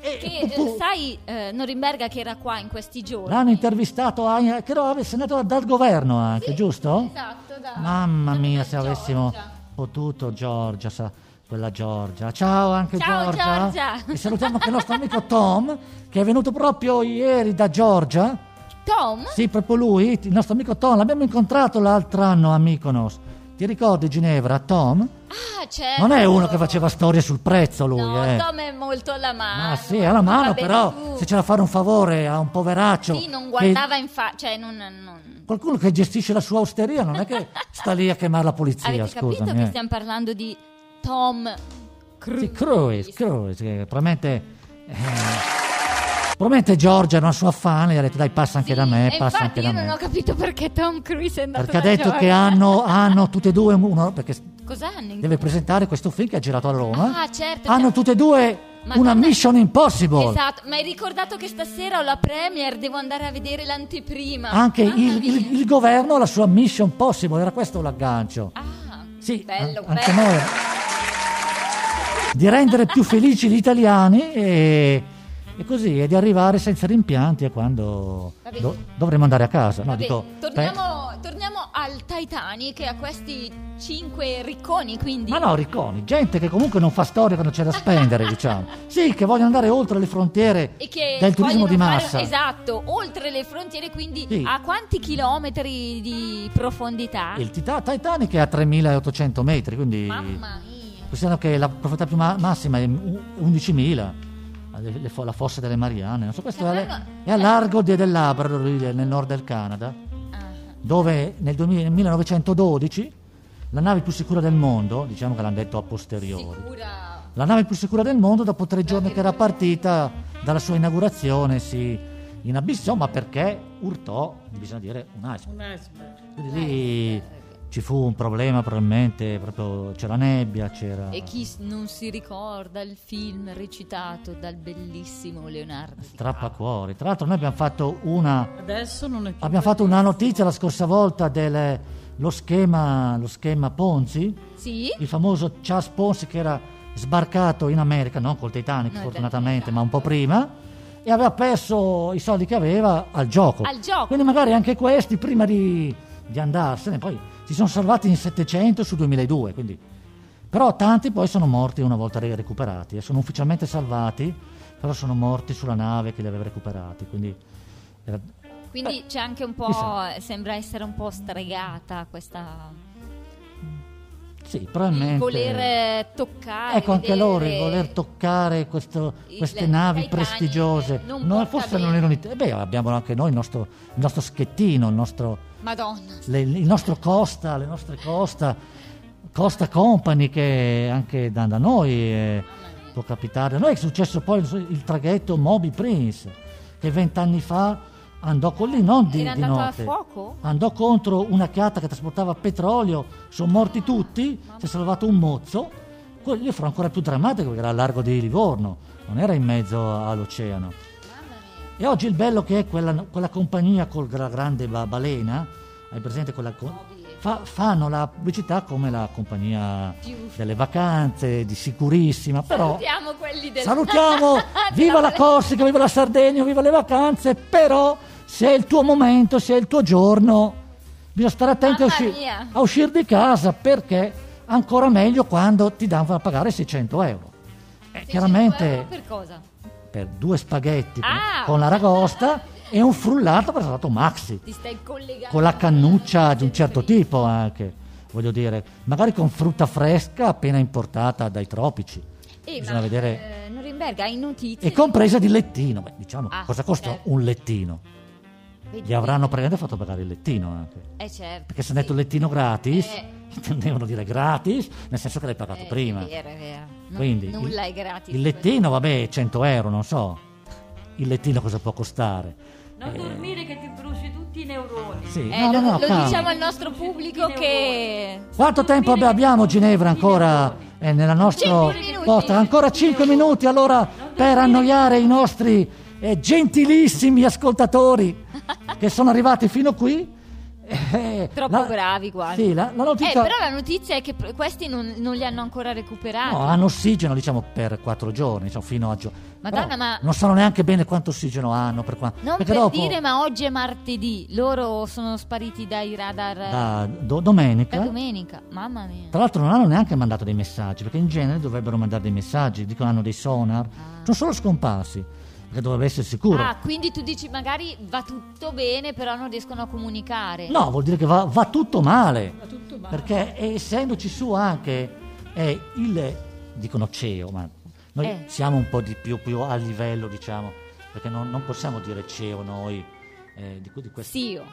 Speaker 2: E-
Speaker 1: Che
Speaker 2: (laughs)
Speaker 1: eh, sai, eh, Norimberga che era qua in questi giorni.
Speaker 2: L'hanno intervistato anche, credo avesse andato dal governo anche, giusto?
Speaker 1: Esatto, da-
Speaker 2: Mamma
Speaker 1: da
Speaker 2: mia,
Speaker 1: Giorgia.
Speaker 2: se avessimo potuto, Giorgia, sa- quella Giorgia. Ciao anche
Speaker 1: Ciao,
Speaker 2: Giorgia.
Speaker 1: Giorgia.
Speaker 2: E salutiamo anche il nostro amico Tom, che è venuto proprio ieri da Giorgia.
Speaker 1: Tom?
Speaker 2: Sì, proprio lui, il nostro amico Tom. L'abbiamo incontrato l'altro anno a Mykonos. Ti ricordi Ginevra, Tom?
Speaker 1: Ah, certo.
Speaker 2: Non è uno che faceva storie sul prezzo lui,
Speaker 1: No,
Speaker 2: eh.
Speaker 1: Tom è molto alla mano.
Speaker 2: Ma sì, alla mano,
Speaker 1: Va bene
Speaker 2: però
Speaker 1: tutto.
Speaker 2: se c'era da fare un favore a un poveraccio.
Speaker 1: Sì, non
Speaker 2: che-
Speaker 1: guardava in faccia, cioè non... non-
Speaker 2: Qualcuno che gestisce la sua osteria non è che sta lì a chiamare la polizia,
Speaker 1: Avete capito
Speaker 2: scusami.
Speaker 1: che
Speaker 2: eh.
Speaker 1: stiamo parlando di Tom Cruise?
Speaker 2: Sì, Cruise, Cruise, che probabilmente, eh, probabilmente Giorgia era una sua fan e gli ha detto dai passa anche
Speaker 1: Sì,
Speaker 2: da me,
Speaker 1: e
Speaker 2: passa
Speaker 1: infatti
Speaker 2: anche da
Speaker 1: io
Speaker 2: me.
Speaker 1: non ho capito perché Tom Cruise è andato
Speaker 2: Perché ha
Speaker 1: da
Speaker 2: detto che
Speaker 1: Giorgia.
Speaker 2: hanno, hanno tutte e due, uno, perché s-
Speaker 1: Cosa hanno in
Speaker 2: deve presentare questo film che ha girato a Roma.
Speaker 1: Ah, certo,
Speaker 2: hanno
Speaker 1: certo.
Speaker 2: tutte e due
Speaker 1: Madonna.
Speaker 2: una Mission Impossible.
Speaker 1: Esatto, ma hai ricordato che stasera ho la premiere, devo andare a vedere l'anteprima. Ah,
Speaker 2: Anche
Speaker 1: Mamma
Speaker 2: il,
Speaker 1: mia.
Speaker 2: il- il governo ha la sua Mission Possible, era questo l'aggancio.
Speaker 1: Ah,
Speaker 2: Sì,
Speaker 1: bello,
Speaker 2: an- anche
Speaker 1: bello.
Speaker 2: noi. Di rendere più felici gli italiani e, e così, e di arrivare senza rimpianti a quando
Speaker 1: Va bene.
Speaker 2: do- dovremo andare a casa. No,
Speaker 1: Vabbè,
Speaker 2: dico, beh,
Speaker 1: torniamo, torniamo al Titanic e a questi cinque ricconi, quindi.
Speaker 2: ma no, ricconi, gente che comunque non fa storia quando c'è da spendere, diciamo. Sì, che vogliono andare oltre le frontiere
Speaker 1: E che
Speaker 2: del turismo
Speaker 1: vogliono
Speaker 2: di
Speaker 1: fare-
Speaker 2: massa.
Speaker 1: esatto, oltre le frontiere, quindi
Speaker 2: Sì.
Speaker 1: a quanti chilometri di profondità?
Speaker 2: Il Tita- Titanic è a 3800 metri, quindi...
Speaker 1: Mamma mia.
Speaker 2: Considerando che la profondità più ma- massima è u- 11.000, le- le fo- la fossa delle Marianne. Non so, questo è,
Speaker 1: Cavolo.
Speaker 2: è a largo de- del Labrador, lì nel nel nord del Canada,
Speaker 1: Ah,
Speaker 2: dove nel, 2000 nel 1912 la nave più sicura del mondo, diciamo che l'hanno detto a posteriori,
Speaker 1: Ah, sicura.
Speaker 2: la nave più sicura del mondo dopo tre giorni che era partita dalla sua inaugurazione si inabissò, ma perché urtò, bisogna dire, un iceberg.
Speaker 4: Un iceberg.
Speaker 2: Quindi
Speaker 1: Eh,
Speaker 2: lì ci fu un problema probabilmente, proprio c'era nebbia, c'era...
Speaker 1: E chi s- non si ricorda il film recitato dal bellissimo Leonardo? Di-
Speaker 2: Strappacuori. Tra l'altro noi abbiamo fatto una,
Speaker 4: Adesso non è più.
Speaker 2: abbiamo fatto una notizia la scorsa volta del lo schema, lo schema Ponzi,
Speaker 1: Sì?
Speaker 2: il famoso Charles Ponzi che era sbarcato in America, non col Titanic
Speaker 1: No,
Speaker 2: fortunatamente,
Speaker 1: esatto.
Speaker 2: ma un po' prima, e aveva perso i soldi che aveva al gioco.
Speaker 1: Al gioco.
Speaker 2: Ah, Quindi magari anche questi prima di, di andarsene, poi si sono salvati in 700 su 2002, quindi... Però tanti poi sono morti una volta re- recuperati e sono ufficialmente salvati, però sono morti sulla nave che li aveva recuperati, quindi... eh, era-
Speaker 1: Quindi c'è anche un po'.
Speaker 2: chissà.
Speaker 1: Sembra essere un po' stregata questa.
Speaker 2: sì,
Speaker 1: Il
Speaker 2: probabilmente...
Speaker 1: voler eh, toccare.
Speaker 2: Ecco anche
Speaker 1: vedere.
Speaker 2: loro il voler toccare questo-
Speaker 1: Il-
Speaker 2: queste
Speaker 1: il
Speaker 2: navi
Speaker 1: Titanic
Speaker 2: prestigiose.
Speaker 1: non
Speaker 2: No,
Speaker 1: porta
Speaker 2: forse
Speaker 1: bene.
Speaker 2: non erano. it- eh Beh, abbiamo anche noi il nostro, il nostro schettino, il nostro,
Speaker 1: Madonna.
Speaker 2: le- il nostro Costa, le nostre Costa, Costa Company che anche da, da noi eh, può capitare. A noi è successo poi il, il traghetto Moby Prince che vent'anni fa andò con lì, non di,
Speaker 1: Era
Speaker 2: di
Speaker 1: andato a
Speaker 2: notte.
Speaker 1: fuoco?
Speaker 2: Andò contro una chiatta che trasportava petrolio, sono morti tutti, si è salvato un mozzo. Quello fu ancora più drammatico perché era al largo di Livorno, non era in mezzo all'oceano. E oggi il bello che è quella, quella compagnia con la grande ba- balena, hai presente quella co- fa- fanno la pubblicità come la compagnia
Speaker 1: Più-
Speaker 2: delle vacanze, di sicurissima, però
Speaker 1: Salutiamo quelli del. (laughs)
Speaker 2: salutiamo, viva la Corsica, viva la Sardegna, viva le vacanze, però se è il tuo momento, se è il tuo giorno, bisogna stare attenti a,
Speaker 1: Mamma
Speaker 2: usci-
Speaker 1: mia.
Speaker 2: a uscire di casa perché ancora meglio quando ti danno a pagare 600 euro. Eh,
Speaker 1: 600
Speaker 2: chiaramente
Speaker 1: euro Per cosa?
Speaker 2: per due spaghetti con-
Speaker 1: Ah!
Speaker 2: con la ragosta e un frullato per salato maxi
Speaker 1: Ti stai collegando.
Speaker 2: con la cannuccia di un certo
Speaker 1: Sempre lì.
Speaker 2: tipo anche voglio dire magari con frutta fresca appena importata dai tropici
Speaker 1: Eh,
Speaker 2: bisogna vedere
Speaker 1: eh, Norimberga, hai notizie?
Speaker 2: e compresa di lettino Beh, diciamo
Speaker 1: Ah,
Speaker 2: cosa costa
Speaker 1: certo.
Speaker 2: un lettino
Speaker 1: Vedi-
Speaker 2: gli avranno praticamente fatto pagare il lettino anche
Speaker 1: Eh certo.
Speaker 2: perché se hanno
Speaker 1: sì.
Speaker 2: detto lettino gratis
Speaker 1: Eh.
Speaker 2: (laughs) intendevano dire gratis nel senso che l'hai pagato
Speaker 1: Eh,
Speaker 2: prima
Speaker 1: È vero, è vero. No-
Speaker 2: Quindi
Speaker 1: nulla
Speaker 2: il,
Speaker 1: è gratis.
Speaker 2: Il lettino, vabbè, 100 euro, non so. Il lettino cosa può costare?
Speaker 5: Non
Speaker 2: Eh,
Speaker 5: dormire che ti bruci tutto. tutti i neuroni.
Speaker 2: Sì,
Speaker 1: Eh,
Speaker 2: no,
Speaker 1: lo,
Speaker 2: no,
Speaker 1: lo
Speaker 2: no, calma.
Speaker 1: diciamo al nostro pubblico che...
Speaker 2: Quanto tempo abbi- abbiamo Ginevra ancora eh, nella nostra
Speaker 1: Cinque minuti.
Speaker 2: porta? Ancora 5 minuti allora per annoiare i nostri eh, gentilissimi ascoltatori
Speaker 1: (laughs)
Speaker 2: che sono arrivati fino qui. Eh,
Speaker 1: Troppo bravi, guarda.
Speaker 2: Sì, la, la
Speaker 1: Eh,
Speaker 2: notizia...
Speaker 1: però la notizia è che pr- questi non, non li hanno ancora recuperati.
Speaker 2: No, hanno ossigeno diciamo per 4 giorni, diciamo, fino a giorno.
Speaker 1: Madonna, ma-
Speaker 2: Non sanno neanche bene quanto ossigeno hanno. Per qua-
Speaker 1: Non
Speaker 2: perché
Speaker 1: per
Speaker 2: dopo,
Speaker 1: dire, ma oggi è martedì, loro sono spariti dai radar eh,
Speaker 2: da do-
Speaker 1: da
Speaker 2: domenica,
Speaker 1: domenica. Mamma mia.
Speaker 2: Tra l'altro non hanno neanche mandato dei messaggi, perché in genere dovrebbero mandare dei messaggi, dicono hanno dei sonar, sono solo scomparsi, perché dovrebbe essere sicuro.
Speaker 1: Ah, quindi tu dici magari va tutto bene, però non riescono a comunicare.
Speaker 2: No, vuol dire che va, va tutto male,
Speaker 4: Ma tutto male.
Speaker 2: perché essendoci su anche eh, il, dicono CEO, ma noi
Speaker 1: Eh.
Speaker 2: siamo un po' di più, più a livello, diciamo, perché non, non possiamo dire CEO noi, eh, di, que- di quest-
Speaker 1: Sì, oh. io.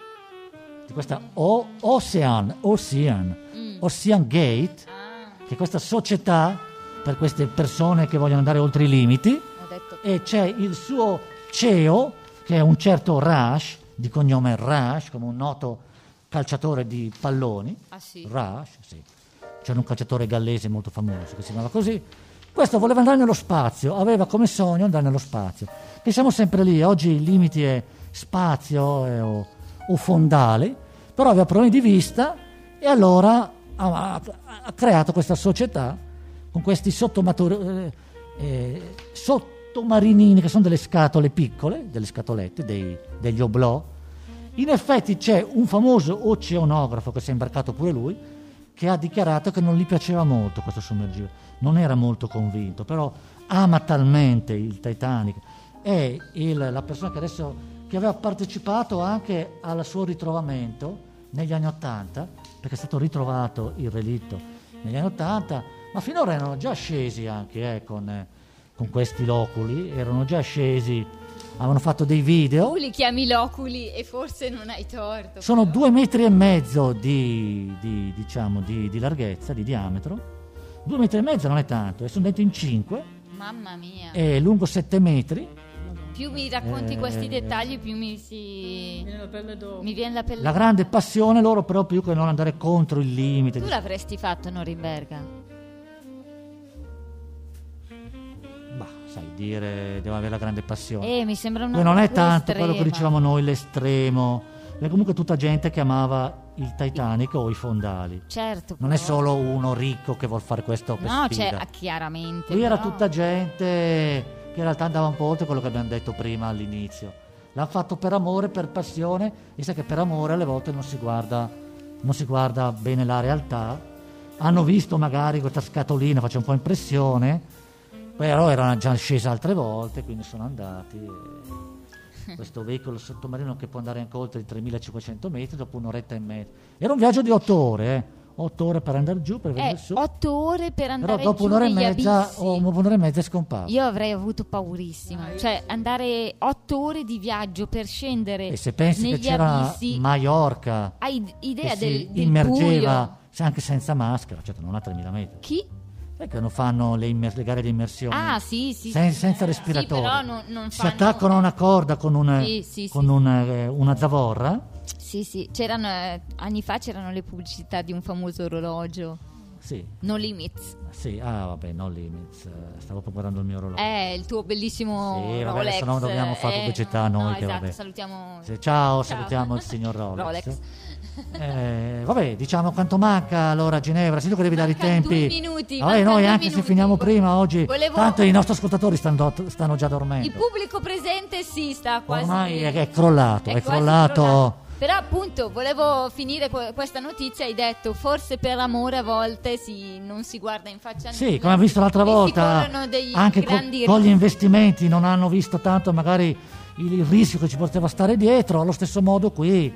Speaker 2: di questa O- Ocean, Ocean,
Speaker 1: Mm.
Speaker 2: Ocean Gate,
Speaker 1: Ah,
Speaker 2: che è questa società per queste persone che vogliono andare oltre i limiti
Speaker 1: ho detto.
Speaker 2: e c'è il suo CEO che è un certo Rush, di cognome Rush, come un noto calciatore di palloni.
Speaker 1: Ah, sì.
Speaker 2: Rush, sì. C'era un calciatore gallese molto famoso che si chiamava così. Questo voleva andare nello spazio, aveva come sogno andare nello spazio. E siamo sempre lì, oggi il limite è spazio eh, o, o fondale, però aveva problemi di vista e allora ha, ha- ha creato questa società con questi sottomato- eh, eh, sottomarinini che sono delle scatole piccole, delle scatolette, dei- degli oblò, in effetti c'è un famoso oceanografo che si è imbarcato pure lui, che ha dichiarato che non gli piaceva molto questo sommergibile, non era molto convinto, però ama talmente il Titanic. È il- la persona che adesso che aveva partecipato anche al suo ritrovamento negli anni Ottanta, perché è stato ritrovato il relitto negli anni Ottanta, ma finora erano già scesi anche eh, con, eh, con questi loculi, erano già scesi, avevano fatto dei video.
Speaker 1: Tu li chiami loculi e forse non hai torto.
Speaker 2: Certo. Sono due metri e mezzo di, di- diciamo, di- di larghezza, di diametro. Due metri e mezzo non è tanto, e sono detto in cinque,
Speaker 1: Mamma mia.
Speaker 2: è lungo sette metri.
Speaker 1: Più mi racconti
Speaker 2: Eh,
Speaker 1: questi dettagli, più mi si...
Speaker 4: Mi viene la pelle d'oca.
Speaker 1: Mi viene la pelle.
Speaker 2: La grande passione loro però più che non andare contro il limite.
Speaker 1: Tu l'avresti fatto a Norimberga?
Speaker 2: Bah, sai dire, devo avere la grande passione.
Speaker 1: Eh, mi sembra una
Speaker 2: Poi non è
Speaker 1: cosa
Speaker 2: tanto quello
Speaker 1: estrema.
Speaker 2: che dicevamo noi, l'estremo. È comunque tutta gente che amava il Titanic o i fondali.
Speaker 1: Certo.
Speaker 2: Non è
Speaker 1: però.
Speaker 2: solo uno ricco che vuol fare questo per
Speaker 1: No, cioè,
Speaker 2: sfida.
Speaker 1: ah, chiaramente.
Speaker 2: Qui era
Speaker 1: però.
Speaker 2: tutta gente che in realtà andava un po' oltre quello che abbiamo detto prima all'inizio. L'ha fatto per amore, per passione, e sai che per amore alle volte non si guarda, non si guarda bene la realtà. Hanno visto magari questa scatolina, faceva un po' impressione, però era già scesa altre volte, quindi sono
Speaker 1: (laughs)
Speaker 2: andati. e Questo veicolo sottomarino che può andare anche oltre i 3500 metri dopo un'oretta e mezza. Era un viaggio di otto ore, eh. otto ore per andare giù, per venire
Speaker 1: Eh,
Speaker 2: su.
Speaker 1: otto ore per
Speaker 2: Però
Speaker 1: andare
Speaker 2: dopo
Speaker 1: giù
Speaker 2: un'ora e
Speaker 1: negli
Speaker 2: mezza
Speaker 1: abissi.
Speaker 2: o un'ora e mezza è scomparso.
Speaker 1: Io avrei avuto paurissima. Cioè, andare otto ore di viaggio per scendere
Speaker 2: E se pensi che
Speaker 1: negli
Speaker 2: c'era
Speaker 1: abissi.
Speaker 2: Maiorca
Speaker 1: Hai d- idea
Speaker 2: che
Speaker 1: del,
Speaker 2: si
Speaker 1: del
Speaker 2: immergeva
Speaker 1: buio?
Speaker 2: se- anche senza maschera, certo non a 3000 metri.
Speaker 1: Chi?
Speaker 2: Sai che non fanno le, immer- le gare di immersione?
Speaker 1: Ah, sì, sì.
Speaker 2: Sen-
Speaker 1: sì.
Speaker 2: senza
Speaker 1: Sì, però
Speaker 2: respiratore.
Speaker 1: non, non
Speaker 2: si
Speaker 1: fanno-
Speaker 2: attaccano a una corda con, un-
Speaker 1: Sì, sì,
Speaker 2: con
Speaker 1: sì.
Speaker 2: un, eh, una zavorra.
Speaker 1: Sì, sì. C'erano, eh, anni fa c'erano le pubblicità di un famoso orologio.
Speaker 2: Sì,
Speaker 1: No Limits.
Speaker 2: sì, ah vabbè, no limits. eh, Stavo proprio guardando il mio orologio.
Speaker 1: Eh, il tuo bellissimo
Speaker 2: Sì, vabbè,
Speaker 1: Rolex.
Speaker 2: adesso non dobbiamo fare
Speaker 1: eh,
Speaker 2: pubblicità
Speaker 1: no,
Speaker 2: noi
Speaker 1: no,
Speaker 2: che
Speaker 1: esatto,
Speaker 2: vabbè.
Speaker 1: salutiamo
Speaker 2: Sì, ciao, salutiamo il
Speaker 1: (laughs)
Speaker 2: signor Rolex.
Speaker 1: Rolex.
Speaker 2: Eh, vabbè, diciamo quanto manca allora a Ginevra, sì tu che devi dare i
Speaker 1: Mancano
Speaker 2: tempi.
Speaker 1: due minuti,
Speaker 2: Vabbè,
Speaker 1: mancano
Speaker 2: noi
Speaker 1: due
Speaker 2: anche se
Speaker 1: minuti.
Speaker 2: finiamo prima oggi,
Speaker 1: Volevo-
Speaker 2: tanto i nostri ascoltatori stanno, stanno già dormendo.
Speaker 1: Il pubblico presente si sta quasi
Speaker 2: Ormai è, è crollato, è,
Speaker 1: quasi
Speaker 2: crollato.
Speaker 1: Però appunto volevo finire que- questa notizia, hai detto forse per amore a volte si- non si guarda in faccia a
Speaker 2: Sì,
Speaker 1: nulla.
Speaker 2: come abbiamo visto l'altra
Speaker 1: E si
Speaker 2: volta,
Speaker 1: corrono degli
Speaker 2: anche co-
Speaker 1: grandi
Speaker 2: con gli
Speaker 1: rischi.
Speaker 2: investimenti non hanno visto tanto magari il, il rischio che ci poteva stare dietro, allo stesso modo qui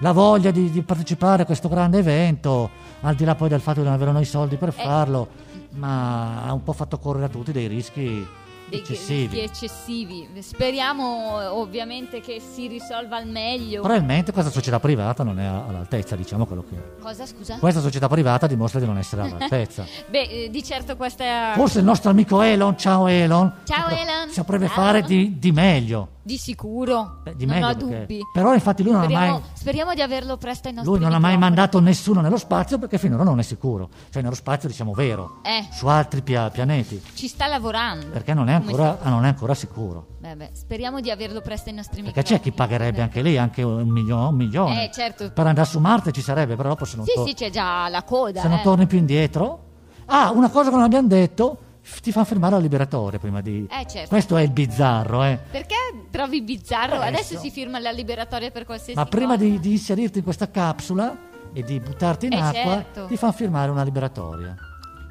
Speaker 2: la voglia di, di partecipare a questo grande evento, al di là poi
Speaker 1: Eh.
Speaker 2: del fatto di non avere noi i soldi per farlo, ma ha un po' fatto correre a tutti dei rischi
Speaker 1: dei
Speaker 2: Eccessivi.
Speaker 1: rischi eccessivi. Speriamo eh, ovviamente che si risolva al meglio.
Speaker 2: Probabilmente questa società privata non è a- all'altezza, diciamo quello che è.
Speaker 1: Cosa scusa?
Speaker 2: Questa società privata dimostra di non essere all'altezza.
Speaker 1: (laughs) Beh, eh, di certo questa
Speaker 2: Forse il nostro amico Elon, ciao Elon,
Speaker 1: Ciao,
Speaker 2: sapre-
Speaker 1: Elon.
Speaker 2: saprebbe
Speaker 1: Ciao.
Speaker 2: fare di, di meglio.
Speaker 1: di sicuro,
Speaker 2: Beh, di
Speaker 1: non
Speaker 2: meglio
Speaker 1: ho
Speaker 2: perché-
Speaker 1: dubbi.
Speaker 2: Però infatti lui non, ha
Speaker 1: Speriamo,
Speaker 2: mai,
Speaker 1: speriamo di averlo presto ai nostri
Speaker 2: lui non ha mai
Speaker 1: microfoni.
Speaker 2: mandato nessuno nello spazio perché finora non è sicuro. Cioè nello spazio diciamo vero,
Speaker 1: Eh.
Speaker 2: su altri pia- pianeti,
Speaker 1: Ci sta lavorando.
Speaker 2: perché non è
Speaker 1: Come
Speaker 2: ancora, non è ancora sicuro.
Speaker 1: Beh, beh, speriamo di averlo presto ai nostri
Speaker 2: Perché c'è chi
Speaker 1: microfoni.
Speaker 2: pagherebbe anche lì anche un milione, un milione.
Speaker 1: Eh, certo.
Speaker 2: Per andare su Marte ci sarebbe, però dopo se non,
Speaker 1: Sì,
Speaker 2: to-
Speaker 1: sì, c'è già la coda.
Speaker 2: se non
Speaker 1: eh.
Speaker 2: torni più indietro. Ah, una cosa che non abbiamo detto, f- ti fanno firmare la liberatoria prima di...
Speaker 1: Eh, certo.
Speaker 2: Questo è il bizzarro, eh.
Speaker 1: Perché trovi bizzarro?
Speaker 2: Adesso.
Speaker 1: Adesso si firma la liberatoria per qualsiasi
Speaker 2: Ma prima
Speaker 1: cosa.
Speaker 2: di, di inserirti in questa capsula e di buttarti in
Speaker 1: Eh,
Speaker 2: acqua,
Speaker 1: certo.
Speaker 2: ti fanno firmare una liberatoria.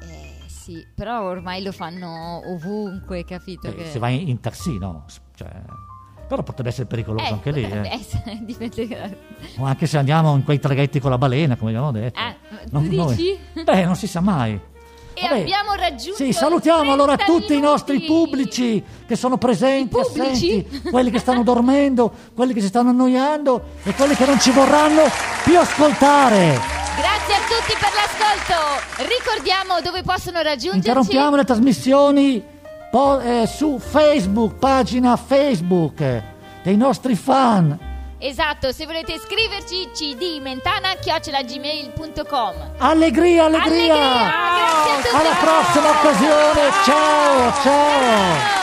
Speaker 1: Eh, sì, però ormai lo fanno ovunque, capito?
Speaker 2: Eh,
Speaker 1: che...
Speaker 2: Se vai in, in taxi, no. S- cioè, però potrebbe essere pericoloso
Speaker 1: (laughs) Eh,
Speaker 2: anche lì.
Speaker 1: potrebbe
Speaker 2: eh.
Speaker 1: essere, dipende da-
Speaker 2: O anche se andiamo in quei traghetti con la balena, come abbiamo detto.
Speaker 1: Ah, tu
Speaker 2: noi-
Speaker 1: dici?
Speaker 2: Beh, non si sa mai.
Speaker 1: E abbiamo raggiunto
Speaker 2: Sì, salutiamo allora
Speaker 1: 30
Speaker 2: tutti i nostri
Speaker 1: minuti.
Speaker 2: pubblici che sono presenti,
Speaker 1: I pubblici?
Speaker 2: assenti, quelli che stanno dormendo, quelli che si stanno annoiando e quelli che non ci vorranno più ascoltare.
Speaker 1: Grazie a tutti per l'ascolto. Ricordiamo dove possono raggiungerci.
Speaker 2: Interrompiamo le trasmissioni po- eh, su Facebook, pagina Facebook eh, dei nostri fan.
Speaker 1: Esatto, se volete iscriverci cdmentana@gmail.com.
Speaker 2: Allegria, allegria!
Speaker 1: Allegria! Grazie a tutti!
Speaker 2: Alla prossima occasione! Ciao, ciao!
Speaker 1: Ciao!